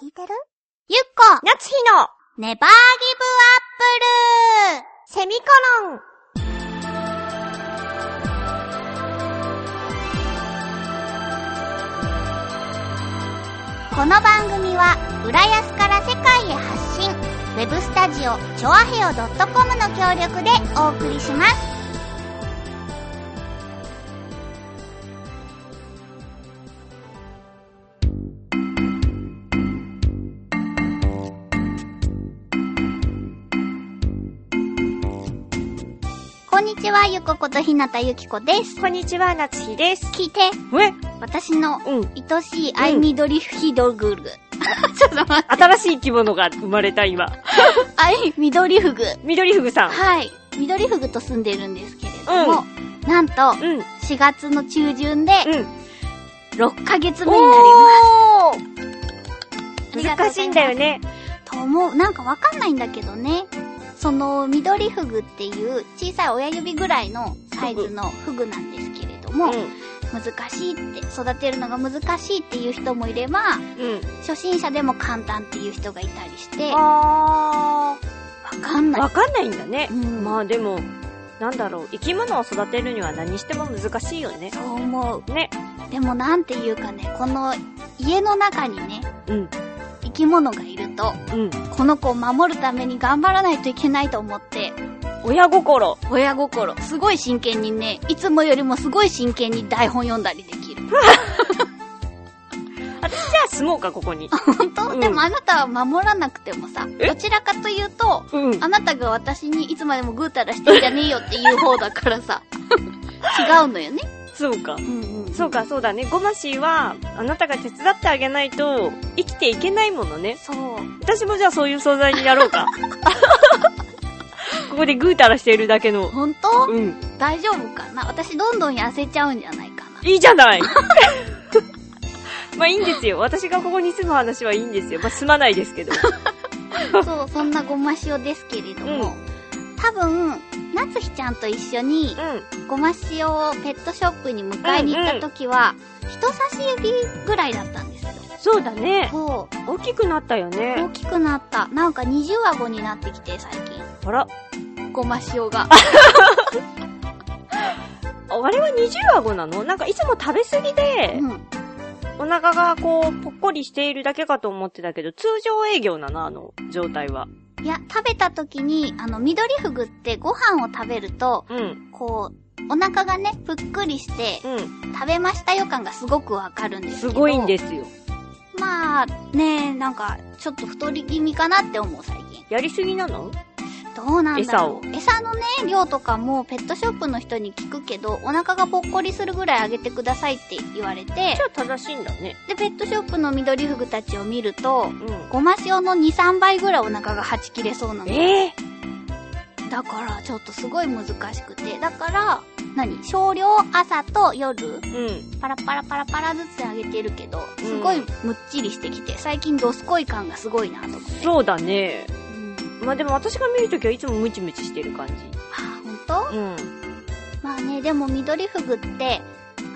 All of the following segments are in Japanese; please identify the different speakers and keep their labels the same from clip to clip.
Speaker 1: 聞いてるゆっこ
Speaker 2: 夏日の
Speaker 1: ネバーギブアップル
Speaker 2: セミコロン
Speaker 1: この番組は浦安から世界へ発信ウェブスタジオチョアヘオ .com の協力でお送りしますこんにちはゆこことひなたゆきこです
Speaker 2: こんにちは、夏日です。
Speaker 1: 聞いて
Speaker 2: え
Speaker 1: 私の
Speaker 2: うん。
Speaker 1: 愛しいアイミドリヒドグル。ちょっと待って。
Speaker 2: 新しい生き物が生まれた今。
Speaker 1: アイミドリフグ。
Speaker 2: 緑ふぐさん。
Speaker 1: はい。ミドリフグと住んでるんですけれども、なんと、
Speaker 2: うん。うん。
Speaker 1: 4月の中旬で、6ヶ月目になり
Speaker 2: おー
Speaker 1: ます。
Speaker 2: 難しいんだよ
Speaker 1: ね。
Speaker 2: ね。
Speaker 1: と思う。なんかわかんないんだけどね。その、ミドリフグっていう、小さい親指ぐらいのサイズのフグなんですけれど
Speaker 2: う
Speaker 1: も、
Speaker 2: ん。
Speaker 1: 難しいって、育てるのが難しいっていう人もいれば、
Speaker 2: うん。
Speaker 1: 初心者でも簡単っていう人がいたりして、わ
Speaker 2: あ
Speaker 1: かん
Speaker 2: ー。
Speaker 1: ない。
Speaker 2: わかんないんだね
Speaker 1: う。ん
Speaker 2: まあでも、なんだろう。生き物を育てるには何しても難しいよね。
Speaker 1: そう思う。
Speaker 2: ね。
Speaker 1: でもなんていうかね、この家の中にね、
Speaker 2: うん。
Speaker 1: 生き物がいると、
Speaker 2: うん。
Speaker 1: この子を守るために頑張らないといけないと思って、
Speaker 2: 親心。
Speaker 1: 親心、すごい真剣にね、いつもよりもすごい真剣に台本読んだりできる。
Speaker 2: 私じゃあ住もうか、ここに。
Speaker 1: 本当、
Speaker 2: うん
Speaker 1: でもあなたは守らなくてもさ、
Speaker 2: え
Speaker 1: どちらかというと、
Speaker 2: うん。
Speaker 1: あなたが私にいつまでもぐうたらしてんじゃねえよっていう方だから さ、違うのよね。
Speaker 2: そうか。
Speaker 1: うんうん、
Speaker 2: そう。か、そうだね。ゴマシーは、あなたが手伝ってあげないと、生きていけないものね。
Speaker 1: そう。
Speaker 2: 私もじゃあそういう存在になろう か。ここでぐうたらしているだけの。
Speaker 1: 本当、
Speaker 2: うん。
Speaker 1: 大丈夫かな私どんどん痩せちゃうんじゃないかな。
Speaker 2: いいじゃ ないまあいいんですよ。私がここに住む話はいいんですよ。まあ住まないですけど。
Speaker 1: そう、そんなごま塩ですけれども、多分、夏日ちゃんと一緒に、
Speaker 2: う
Speaker 1: ごま塩をペットショップに迎えに行った時は、人差し指ぐらいだったんですよ。
Speaker 2: ん。そうだね。
Speaker 1: そう、
Speaker 2: 大きくなったよね
Speaker 1: 大。きくなった。なんか二重顎になってきて、最近。
Speaker 2: あら。
Speaker 1: ごま塩が。
Speaker 2: ああれは二重顎なのなんかいつも食べ過ぎで、
Speaker 1: うん。
Speaker 2: お腹がこう、ぽっこりしているだけかと思ってたけど、通常営業なの、あの状態は。
Speaker 1: いや、食べた時に、あの、緑フグってご飯を食べると、
Speaker 2: うん。
Speaker 1: こう、お腹がね、ぷっくりして、
Speaker 2: う
Speaker 1: 食べました予感がすごくわかるんで
Speaker 2: ん。
Speaker 1: すけ
Speaker 2: す
Speaker 1: ど。
Speaker 2: ごいんですよ。
Speaker 1: まあ、ねえ、なんか、ちょっと太り気味かなって思う、最近。
Speaker 2: やりすぎなの
Speaker 1: どうなんだろう。餌のね、量とかも、ペットショップの人に聞くけど、お腹がぽっこりするぐらいあげてくださいって言われて
Speaker 2: じゃ、あ正しいんだね。
Speaker 1: で、ペットショップの緑フグたちを見ると、
Speaker 2: うん。
Speaker 1: ごま塩の2、3倍ぐらいお腹がはち切れそうなの。
Speaker 2: ええ
Speaker 1: だから、ちょっとすごい難しくて。だから、何少量朝と夜、
Speaker 2: うん。
Speaker 1: パラパラパラパラずつあげてるけど、
Speaker 2: うん
Speaker 1: すごいむっちりしてきて、最近ドスコイ感がすごいなと思って。
Speaker 2: そうだね。
Speaker 1: うん
Speaker 2: まあでも私が見るときはいつもムチムチしてる感じ。
Speaker 1: あ、ほんと
Speaker 2: うん。
Speaker 1: まあね、でも緑フグって、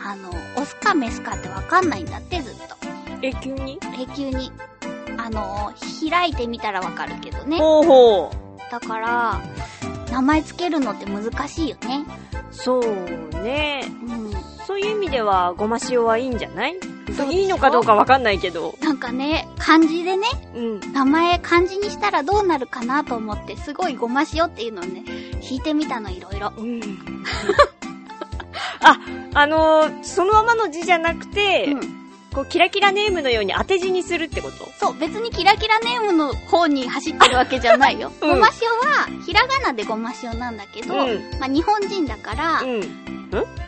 Speaker 1: あの、オスかメスかってわかんないんだって、ずっと。
Speaker 2: え、急に
Speaker 1: 永久に。あの、開いてみたらわかるけどね。
Speaker 2: ほうほう。
Speaker 1: だから、名前つけるのって難しいよね。
Speaker 2: そうね。
Speaker 1: うん。
Speaker 2: そういう意味では、ごま塩はいいんじゃない
Speaker 1: そうでしょ
Speaker 2: いいのかどうかわかんないけど。
Speaker 1: なんかね、漢字でね、
Speaker 2: うん。
Speaker 1: 名前漢字にしたらどうなるかなと思って、すごいごま塩っていうのをね、引いてみたのいろいろ。
Speaker 2: うん。 あ、あのーそのままの字じゃなくて、
Speaker 1: うん。
Speaker 2: こう、キラキラネームのように当て字にするってこと
Speaker 1: そう、別にキラキラネームの方に走ってるわけじゃないよ。
Speaker 2: うん
Speaker 1: ごま塩は、ひらがなでごま塩なんだけど、
Speaker 2: うん。
Speaker 1: まあ、日本人だから、
Speaker 2: うん。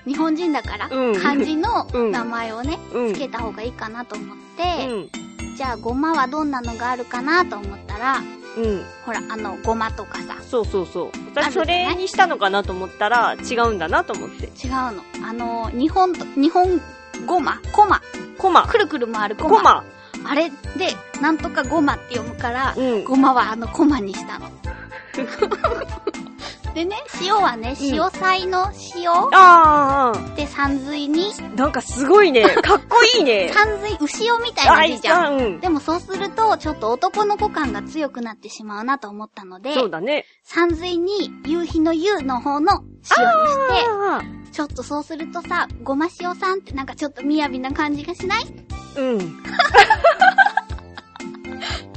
Speaker 1: 日本人だから、
Speaker 2: うん
Speaker 1: 漢字の
Speaker 2: うん
Speaker 1: 名前をね、
Speaker 2: うん。
Speaker 1: つけた方がいいかなと思っ
Speaker 2: う
Speaker 1: て、
Speaker 2: ん。
Speaker 1: じゃあ、ごまはどんなのがあるかなと思ったら、
Speaker 2: うん。
Speaker 1: ほら、あの、ごまとかさ、
Speaker 2: そうそうそう。
Speaker 1: ある
Speaker 2: 私
Speaker 1: じゃ
Speaker 2: そ
Speaker 1: ない
Speaker 2: れにしたのかなと思ったら、違うんだなと思って。
Speaker 1: 違うの。あの、日本と、日本ごま、コマ、
Speaker 2: コマ。
Speaker 1: くるくる回るコマ。
Speaker 2: コマ。
Speaker 1: あれで、なんとかごまって読むから、
Speaker 2: うん。
Speaker 1: ごまはあのコマにしたの。でね、塩はね、
Speaker 2: うん
Speaker 1: 塩菜の塩
Speaker 2: あー
Speaker 1: で山水に、
Speaker 2: あー、なんかすごい ね。かっこいいね。
Speaker 1: 山水、牛尾みたいな字じゃん。
Speaker 2: あーうん。
Speaker 1: でもそうすると、ちょっと男の子感が強くなってしまうなと思ったので、
Speaker 2: そうだね。
Speaker 1: 山水に夕日の夕の方の塩にして、
Speaker 2: あ
Speaker 1: ちょっとそうするとさ、ごま塩さんってなんかちょっと雅な感じがしない
Speaker 2: ーうん。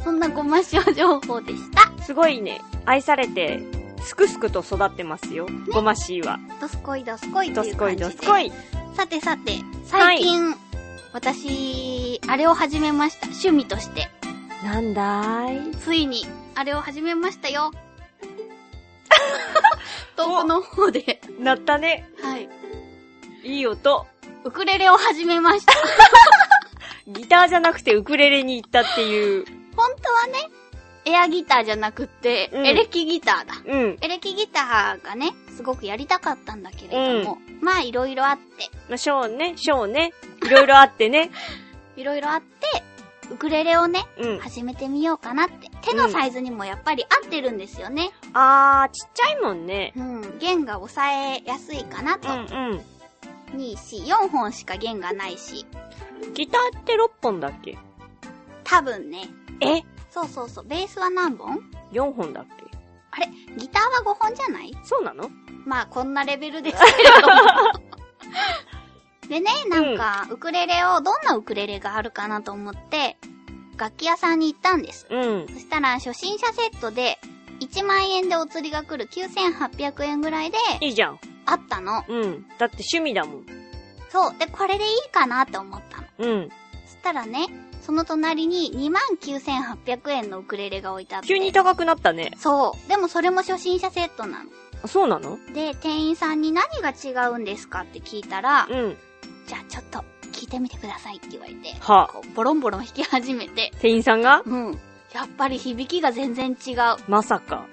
Speaker 1: そんなごま塩情報でした。
Speaker 2: すごいね。愛されて、すくすくと育ってますよ。ごましいは。
Speaker 1: どすこいどすこいと
Speaker 2: ど
Speaker 1: いう
Speaker 2: すこ
Speaker 1: 感
Speaker 2: い
Speaker 1: じで
Speaker 2: ど。すこい。
Speaker 1: さてさて、最近、私、あれを始めました。趣味として。
Speaker 2: なんだい
Speaker 1: ついに、あれを始めました よ。 遠くの方で、
Speaker 2: なったね。
Speaker 1: はい。
Speaker 2: いい音。
Speaker 1: ウクレレを始めました。
Speaker 2: ギターじゃなくてウクレレに行ったっていう。
Speaker 1: 本当はね、エアギターじゃなくって、
Speaker 2: うん
Speaker 1: エレキギターだ。
Speaker 2: うん。
Speaker 1: エレキギターがね、すごくやりたかったんだけれども、まあいろいろあって、
Speaker 2: まあ、ショーンね、ショーンね。いろいろあって ね。
Speaker 1: いろいろあって、ウクレレをね、
Speaker 2: うん。
Speaker 1: 始めてみようかなって。手のサイズにもやっぱり合ってるんですよね。
Speaker 2: あー、ちっちゃいもんね。
Speaker 1: うん、弦が抑えやすいかな
Speaker 2: う
Speaker 1: と。
Speaker 2: ん
Speaker 1: にし、4本しか弦がないし、
Speaker 2: うん。ギターって6本だっけ
Speaker 1: 多分ね、
Speaker 2: え
Speaker 1: そうそうそう、ベースは何本
Speaker 2: ?4 本だっけ
Speaker 1: あれギターは5本じゃない
Speaker 2: そうなの
Speaker 1: まあ、こんなレベルですけれど も。でね、なんか、ウクレレを、どんなウクレレがあるかなと思って、楽器屋さんに行ったんです。
Speaker 2: うん。
Speaker 1: そしたら、初心者セットで、1万円でお釣りが来る9800円ぐらいで、
Speaker 2: いいじゃん。
Speaker 1: あったの。
Speaker 2: うん。だって趣味だもん。
Speaker 1: そう。で、これでいいかなって思ったの。
Speaker 2: うん。
Speaker 1: そしたらね、その隣に29,800円のウクレレが置いてあって。
Speaker 2: 急に高くなったね。
Speaker 1: そう。でもそれも初心者セットなの。
Speaker 2: あそうなの
Speaker 1: で、店員さんに何が違うんですかって聞いたら、
Speaker 2: うん。
Speaker 1: じゃあちょっと聞いてみてくださいって言われて、
Speaker 2: はあ
Speaker 1: こうボロンボロン弾き始めて、
Speaker 2: 店員さんが
Speaker 1: うん。やっぱり響きが全然違う。
Speaker 2: まさか。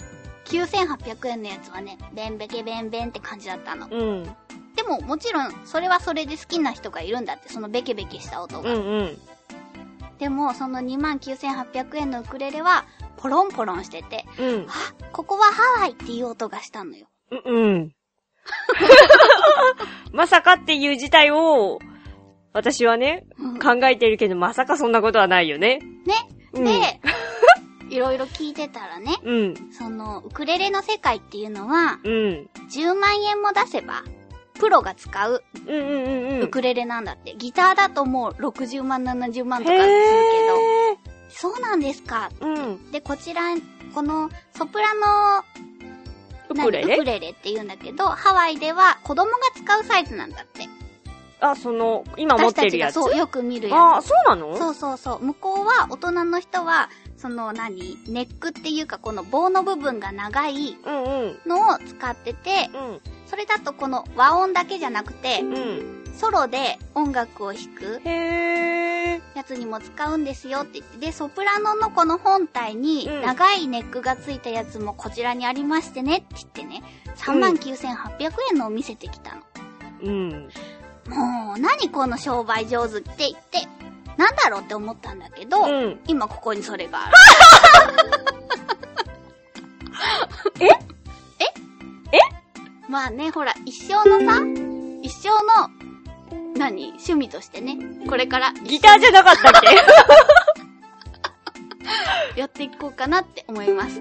Speaker 1: 9800円のやつはね、ベンベケベンベンって感じだったの。
Speaker 2: うん。
Speaker 1: でももちろん、それはそれで好きな人がいるんだって、そのベケベケした音
Speaker 2: う
Speaker 1: が。
Speaker 2: んうん。
Speaker 1: でも、その29,800円のウクレレは、ポロンポロンしてて、
Speaker 2: うん。
Speaker 1: あ、ここはハワイっていう音がしたのよ。
Speaker 2: うんうん。 まさかっていう事態を、私はね、
Speaker 1: うん
Speaker 2: 考えてるけど、まさかそんなことはないよね。
Speaker 1: ね。
Speaker 2: うん、
Speaker 1: で、いろいろ聞いてたらね、
Speaker 2: うん、
Speaker 1: その、ウクレレの世界っていうのは、
Speaker 2: うん、
Speaker 1: 10万円も出せば、プロが使う
Speaker 2: うん、うん、うん。う
Speaker 1: ウ
Speaker 2: ん
Speaker 1: クレレなんだって。ギターだともう60万、70万とかするけ
Speaker 2: へ
Speaker 1: ど、そうなんですか。
Speaker 2: ーうん。
Speaker 1: で、こちら、この、ソプラノ、
Speaker 2: ウ
Speaker 1: 何
Speaker 2: クレレ
Speaker 1: ウクレレって言うんだけど、ハワイでは子供が使うサイズなんだって。
Speaker 2: あ、その、今持っ
Speaker 1: 私た
Speaker 2: てる
Speaker 1: ち
Speaker 2: や
Speaker 1: が
Speaker 2: つ。
Speaker 1: そう、よく見るや
Speaker 2: あー、そうなの
Speaker 1: つ。そうそうそう。向こうは、大人の人は、その何、ネックっていうか、この棒の部分が長い
Speaker 2: うん、うん、
Speaker 1: のを使ってて、
Speaker 2: うん、
Speaker 1: それだとこの和音だけじゃなくて、
Speaker 2: うん。
Speaker 1: ソロで音楽を弾く
Speaker 2: へー。
Speaker 1: やつにも使うんですよって言って、で、ソプラノのこの本体に
Speaker 2: うん
Speaker 1: 長いネックがついたやつもこちらにありましてねって言ってね、39,800円のを見せてきたの。
Speaker 2: うん。
Speaker 1: もう、何この商売上手って言って、なんだろうって思ったんだけど、
Speaker 2: うん。
Speaker 1: 今ここにそれがある。
Speaker 2: え
Speaker 1: ええまあね、ほら、一生のさ、一生の、何趣味としてね、これから
Speaker 2: ギターじゃな かったっけ
Speaker 1: やっていこうかなって思います。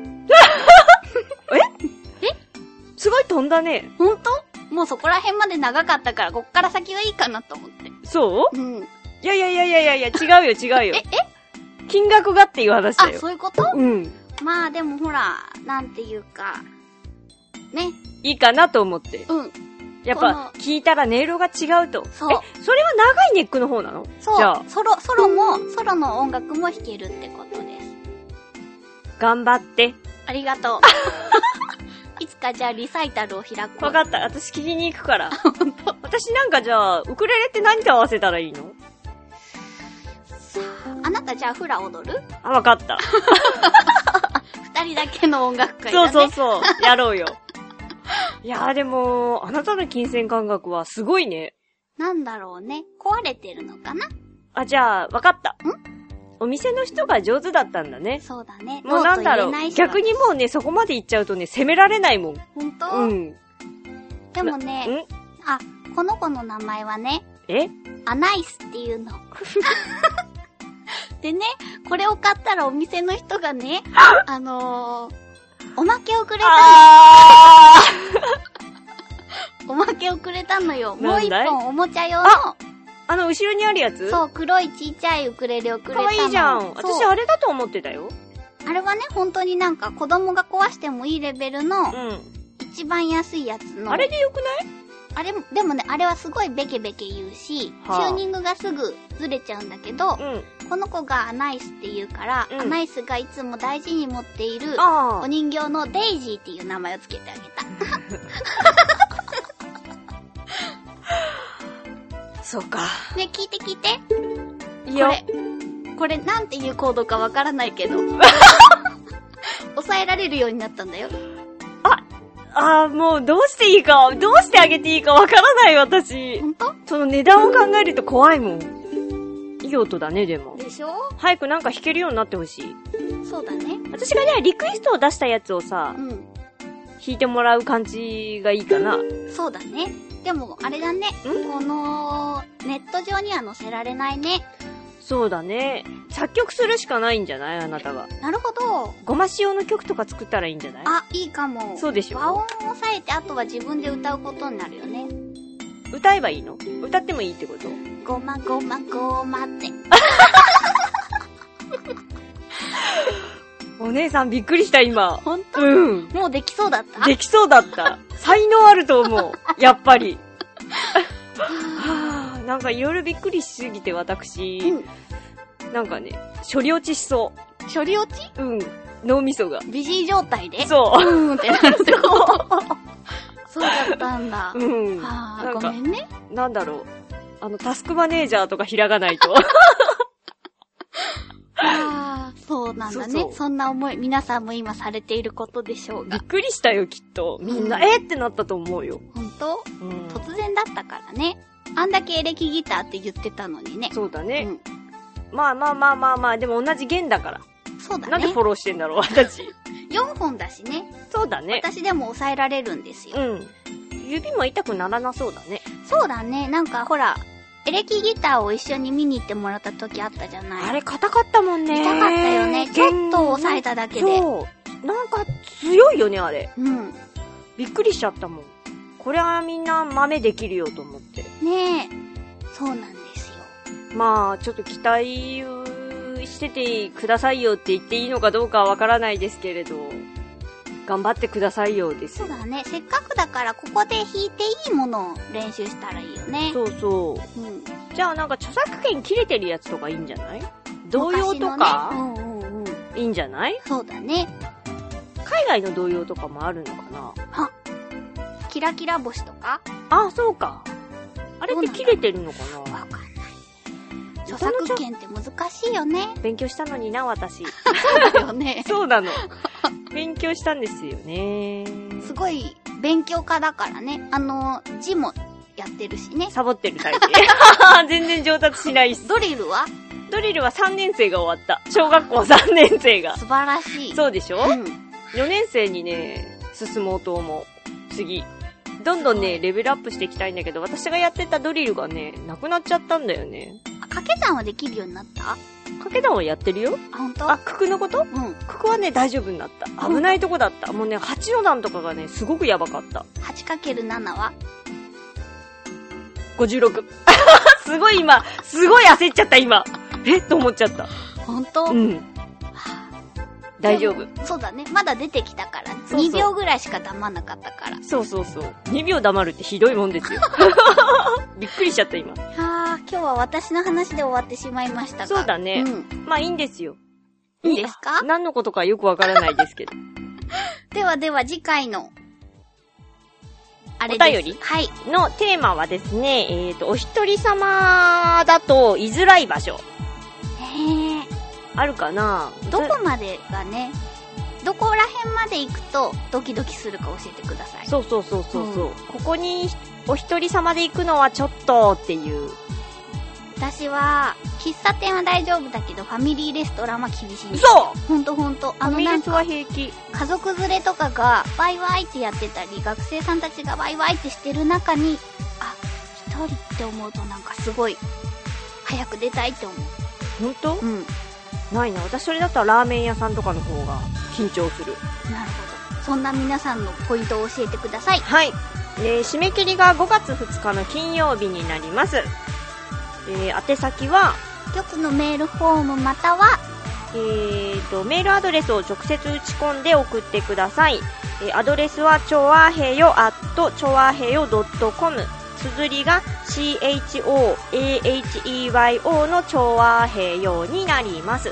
Speaker 2: すごい飛んだね。
Speaker 1: ほんともうそこら辺まで長かったから、こっから先はいいかなと思って。
Speaker 2: そう
Speaker 1: うん。
Speaker 2: いやいやいやいやいや違うよ違うよ。
Speaker 1: え、え
Speaker 2: 金額がっていう話だ
Speaker 1: あ、
Speaker 2: よ。
Speaker 1: そういうこと
Speaker 2: うん。
Speaker 1: まあでもほら、なんていうか、ね、
Speaker 2: いいかなと思って。
Speaker 1: うん、
Speaker 2: やっ
Speaker 1: この
Speaker 2: ぱ、聞いたら音色が違うと。
Speaker 1: そう
Speaker 2: え、それは長いネックの方なのじゃ
Speaker 1: そ
Speaker 2: あ
Speaker 1: う、ソロ、ソロも、ソロの音楽も弾けるってことです。
Speaker 2: 頑張って。
Speaker 1: ありがと う。いつかじゃあリサイタルを開こう。
Speaker 2: わかった。私聞きに行 くから。私なんかじゃあ、ウクレレって何と合わせたらいいの
Speaker 1: あなたじゃあフラ踊る
Speaker 2: あ、わかった。
Speaker 1: 二人だけの音楽会だ
Speaker 2: そう
Speaker 1: ね。
Speaker 2: そ うそう。やろうよ。いやーでも、あなたの金銭感覚はすごいね。
Speaker 1: なんだろうね。壊れてるのかな
Speaker 2: あ、じゃあ、わかった。お店の人が上手だったんだね。
Speaker 1: そうだね。
Speaker 2: もうなんだろ。
Speaker 1: ノート入れいうし
Speaker 2: 逆にもうね、そこまで行っちゃうとね、責められないもん。
Speaker 1: 本当、
Speaker 2: うん。
Speaker 1: でもね、
Speaker 2: ん
Speaker 1: あ、この子の名前はね、
Speaker 2: え
Speaker 1: アナイスっていうの。 でね、これを買ったらお店の人がね、あのー、おまけをくれた
Speaker 2: あ
Speaker 1: の、おまけをくれたのよ。もう
Speaker 2: なん
Speaker 1: 一
Speaker 2: だい
Speaker 1: 本おもちゃ用の、
Speaker 2: ーあの、後ろにあるやつう。
Speaker 1: そう、黒いちっちゃいウクレレをくれた
Speaker 2: か
Speaker 1: の。
Speaker 2: わいいじゃん。
Speaker 1: そう
Speaker 2: 私、あれだと思ってたよ。
Speaker 1: あれはね、本当になんか子供が壊してもいいレベルの
Speaker 2: う
Speaker 1: 一番安いやつ
Speaker 2: ん。
Speaker 1: の。
Speaker 2: あれでよくない
Speaker 1: あれも、でもね、あれはすごいベケベケ言うし、
Speaker 2: はあ
Speaker 1: チューニングがすぐずれちゃうんだけど、
Speaker 2: うん。
Speaker 1: この子がアナイスって言うから、
Speaker 2: うん
Speaker 1: アナイスがいつも大事に持っている、
Speaker 2: あ
Speaker 1: お人形のデイジーっていう名前をつけてあげた。
Speaker 2: あ。そうか。
Speaker 1: ね、聞いて聞いて。
Speaker 2: い
Speaker 1: こ
Speaker 2: や、
Speaker 1: れ、これなんていうコードかわからないけ ど。抑えられるようになったんだよ。
Speaker 2: ああ、もうどうしていいか、どうしてあげていいかわからない私
Speaker 1: ほ。んと
Speaker 2: その値段を考えると怖いもん。いい音だね、でも。
Speaker 1: でしょ
Speaker 2: 早くなんか弾けるようになってほしい。
Speaker 1: そうだね。
Speaker 2: 私がじゃあリクエストを出したやつをさ
Speaker 1: う、ん。
Speaker 2: 弾いてもらう感じがいいかな。
Speaker 1: そうだね。でも、あれだね。この、ネット上には載せられないね。
Speaker 2: そうだね。作曲するしかないんじゃないあなたが。
Speaker 1: なるほど。
Speaker 2: ごま塩の曲とか作ったらいいんじゃない
Speaker 1: あ、いいかも。
Speaker 2: そうでし
Speaker 1: 和音
Speaker 2: ょ
Speaker 1: を抑えて、あとは自分で歌うことになるよね。
Speaker 2: 歌えばいいの歌ってもいいってこと
Speaker 1: ごまごまごまって。
Speaker 2: お姉さんびっくりした今。
Speaker 1: ほんと
Speaker 2: うん。
Speaker 1: もうできそうだった
Speaker 2: できそうだった。才能あると思う。やっぱり。 はあなんかいろいろびっくりしすぎて私、
Speaker 1: うん。
Speaker 2: なんかね、処理落ちしそ
Speaker 1: 処理落ち
Speaker 2: う。うん。脳みそが。
Speaker 1: ビジー状態で
Speaker 2: そう。
Speaker 1: うんってなるってこと。そうだったんだ。
Speaker 2: うん。
Speaker 1: あ
Speaker 2: な
Speaker 1: ー
Speaker 2: ん
Speaker 1: ご
Speaker 2: か
Speaker 1: め、んね。
Speaker 2: なんだろう。あの、タスクマネージャーとか開かな いと。
Speaker 1: あーそうなんだね
Speaker 2: そうそう
Speaker 1: そんな思い、皆さんも今されていることでしょう
Speaker 2: び
Speaker 1: が。
Speaker 2: っくりしたよ、きっと。みんな、
Speaker 1: うん
Speaker 2: えってなったと思うよ。
Speaker 1: 本当
Speaker 2: うん。
Speaker 1: 突然だったからね。あんだけエレキギターって言ってたのにね。
Speaker 2: そうだ
Speaker 1: う
Speaker 2: ね。
Speaker 1: ん。
Speaker 2: まあまあまあまあまあ、でも同じ弦だから。
Speaker 1: そうだ
Speaker 2: なんで
Speaker 1: ね
Speaker 2: フ。ォローしてんだろう、私。
Speaker 1: 4本だしね。
Speaker 2: そうだね。
Speaker 1: 私でも抑えられるんですよ。
Speaker 2: うん。指も痛くならなそうだね。
Speaker 1: そうだね。なんかほら、エレキギターを一緒に見に行ってもらった時あったじゃない。
Speaker 2: あれ、硬かったもんね。
Speaker 1: 痛かったよね。ちょっと抑え
Speaker 2: た
Speaker 1: ただけで。
Speaker 2: そう。なんか強いよね、あれ。
Speaker 1: うん。
Speaker 2: びっくりしちゃったもん。これはみんな豆できるよと思って。
Speaker 1: ねえ。そうなんですよ。
Speaker 2: まあ、ちょっと期待しててくださいよって言っていいのかどうかはわからないですけれど、頑張ってくださいよです
Speaker 1: そ
Speaker 2: よ
Speaker 1: う。だね。せっかくだから、ここで弾いていいものを練習したらいいよね。
Speaker 2: そうそ
Speaker 1: うん。
Speaker 2: う。じゃあなんか著作権切れてるやつとかいいんじゃない童謡とか、
Speaker 1: 昔のねうんうんうん。
Speaker 2: いいんじゃない
Speaker 1: そうだね。
Speaker 2: 海外の童謡とかもあるのかな
Speaker 1: キラキラ星とか
Speaker 2: あ、そうか。あれって切れてるのか
Speaker 1: わ
Speaker 2: な
Speaker 1: かんない。著作権って難しいよね。
Speaker 2: 勉強したのにな、
Speaker 1: そ
Speaker 2: 私。
Speaker 1: うだよ ね。
Speaker 2: そうなの。勉強したんですよね。
Speaker 1: すごい、勉強家だからね。あの、字もやってるしね。
Speaker 2: サボってるタイプ。 全然上達しないっす。
Speaker 1: ドリルは
Speaker 2: ドリルは3年生が終わった。小学校3年生が。
Speaker 1: 素晴らしい。
Speaker 2: そうでしょ
Speaker 1: うん。
Speaker 2: ?4 年生にね、進もうと思う。次。どんど
Speaker 1: す
Speaker 2: ん
Speaker 1: ご
Speaker 2: ね、
Speaker 1: い
Speaker 2: レベルアップしていきたいんだけど、私がやってたドリルがね、なくなっちゃったんだよね。
Speaker 1: あ掛け算はできるようになったあ、
Speaker 2: 掛け算はやってるよ
Speaker 1: ほんと
Speaker 2: あ、九九のこと
Speaker 1: うん。
Speaker 2: 九九はね、大丈夫になった。危ないとこだった。もうね、八の段とかがね、すごくやばかった。
Speaker 1: 8×7 は
Speaker 2: 56。す ごい今、すごい焦っちゃった今。えっと思っちゃった。
Speaker 1: ほんと
Speaker 2: うん。大丈夫。
Speaker 1: そうだね。まだ出てきたから。
Speaker 2: そうそう
Speaker 1: 2秒ぐらいしか黙んなかったから。
Speaker 2: そうそうそう。2秒黙るってひどいもん ですよ。びっくりしちゃった今。
Speaker 1: はあ、今日は私の話で終わってしまいましたが。
Speaker 2: そうだね
Speaker 1: うん。
Speaker 2: まあいいんですよ。
Speaker 1: いいですか
Speaker 2: 何のことかよくわからないですけど。
Speaker 1: ではでは次回の、あれ
Speaker 2: お
Speaker 1: です。
Speaker 2: 便り
Speaker 1: はい。
Speaker 2: のテーマはですね、えっ、と、お一人様だと居づらい場所。
Speaker 1: へえ。
Speaker 2: あるかな
Speaker 1: どこまでがね、どこら辺まで行くとドキドキするか教えてください。
Speaker 2: そうそうそうそうそう、
Speaker 1: うん
Speaker 2: ここにお一人様で行くのはちょっとっていう。
Speaker 1: 私は、喫茶店は大丈夫だけど、ファミリーレストランは厳しいんです。
Speaker 2: 嘘
Speaker 1: ほんとほんと。あ
Speaker 2: ファ
Speaker 1: の
Speaker 2: ミ
Speaker 1: な
Speaker 2: レ
Speaker 1: ん
Speaker 2: ス
Speaker 1: か、
Speaker 2: は平気。
Speaker 1: 家族連れとかがワイワイってやってたり、学生さんたちがワイワイってしてる中に、あ、一人って思うとなんかすごい、早く出たいって思う。
Speaker 2: 本当
Speaker 1: うん。
Speaker 2: ないな。私それだったらラーメン屋さんとかの方が緊張する。
Speaker 1: なるほど。そんな皆さんのポイントを教えてください。
Speaker 2: はい。えー締め切りが5月2日の金曜日になります。えー宛先は、
Speaker 1: 局のメールフォームまたは、
Speaker 2: えー、と、メールアドレスを直接打ち込んで送ってください。えーアドレスは、ちょわへよ、アット、ちょわへよ .com。綴りが、CHOAHEYO のちょわへよになります。え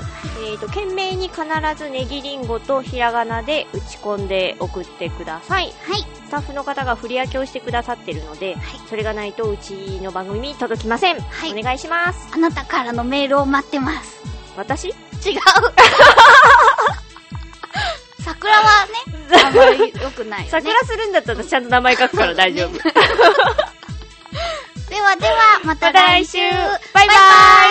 Speaker 2: ー、と、懸命に必ずネギリンゴとひらがなで打ち込んで送ってください。
Speaker 1: はい、
Speaker 2: スタッフの方が振り分けをしてくださってるので、
Speaker 1: はい
Speaker 2: それがないとうちの番組に届きません。
Speaker 1: はい
Speaker 2: お願いします。
Speaker 1: あなたからのメールを待ってます。
Speaker 2: 私
Speaker 1: 違 う。桜はね、あんまり良くないよね。
Speaker 2: 桜するんだったらちゃんと名前書くから 大丈夫。
Speaker 1: ではでは、また来週。
Speaker 2: バイバイ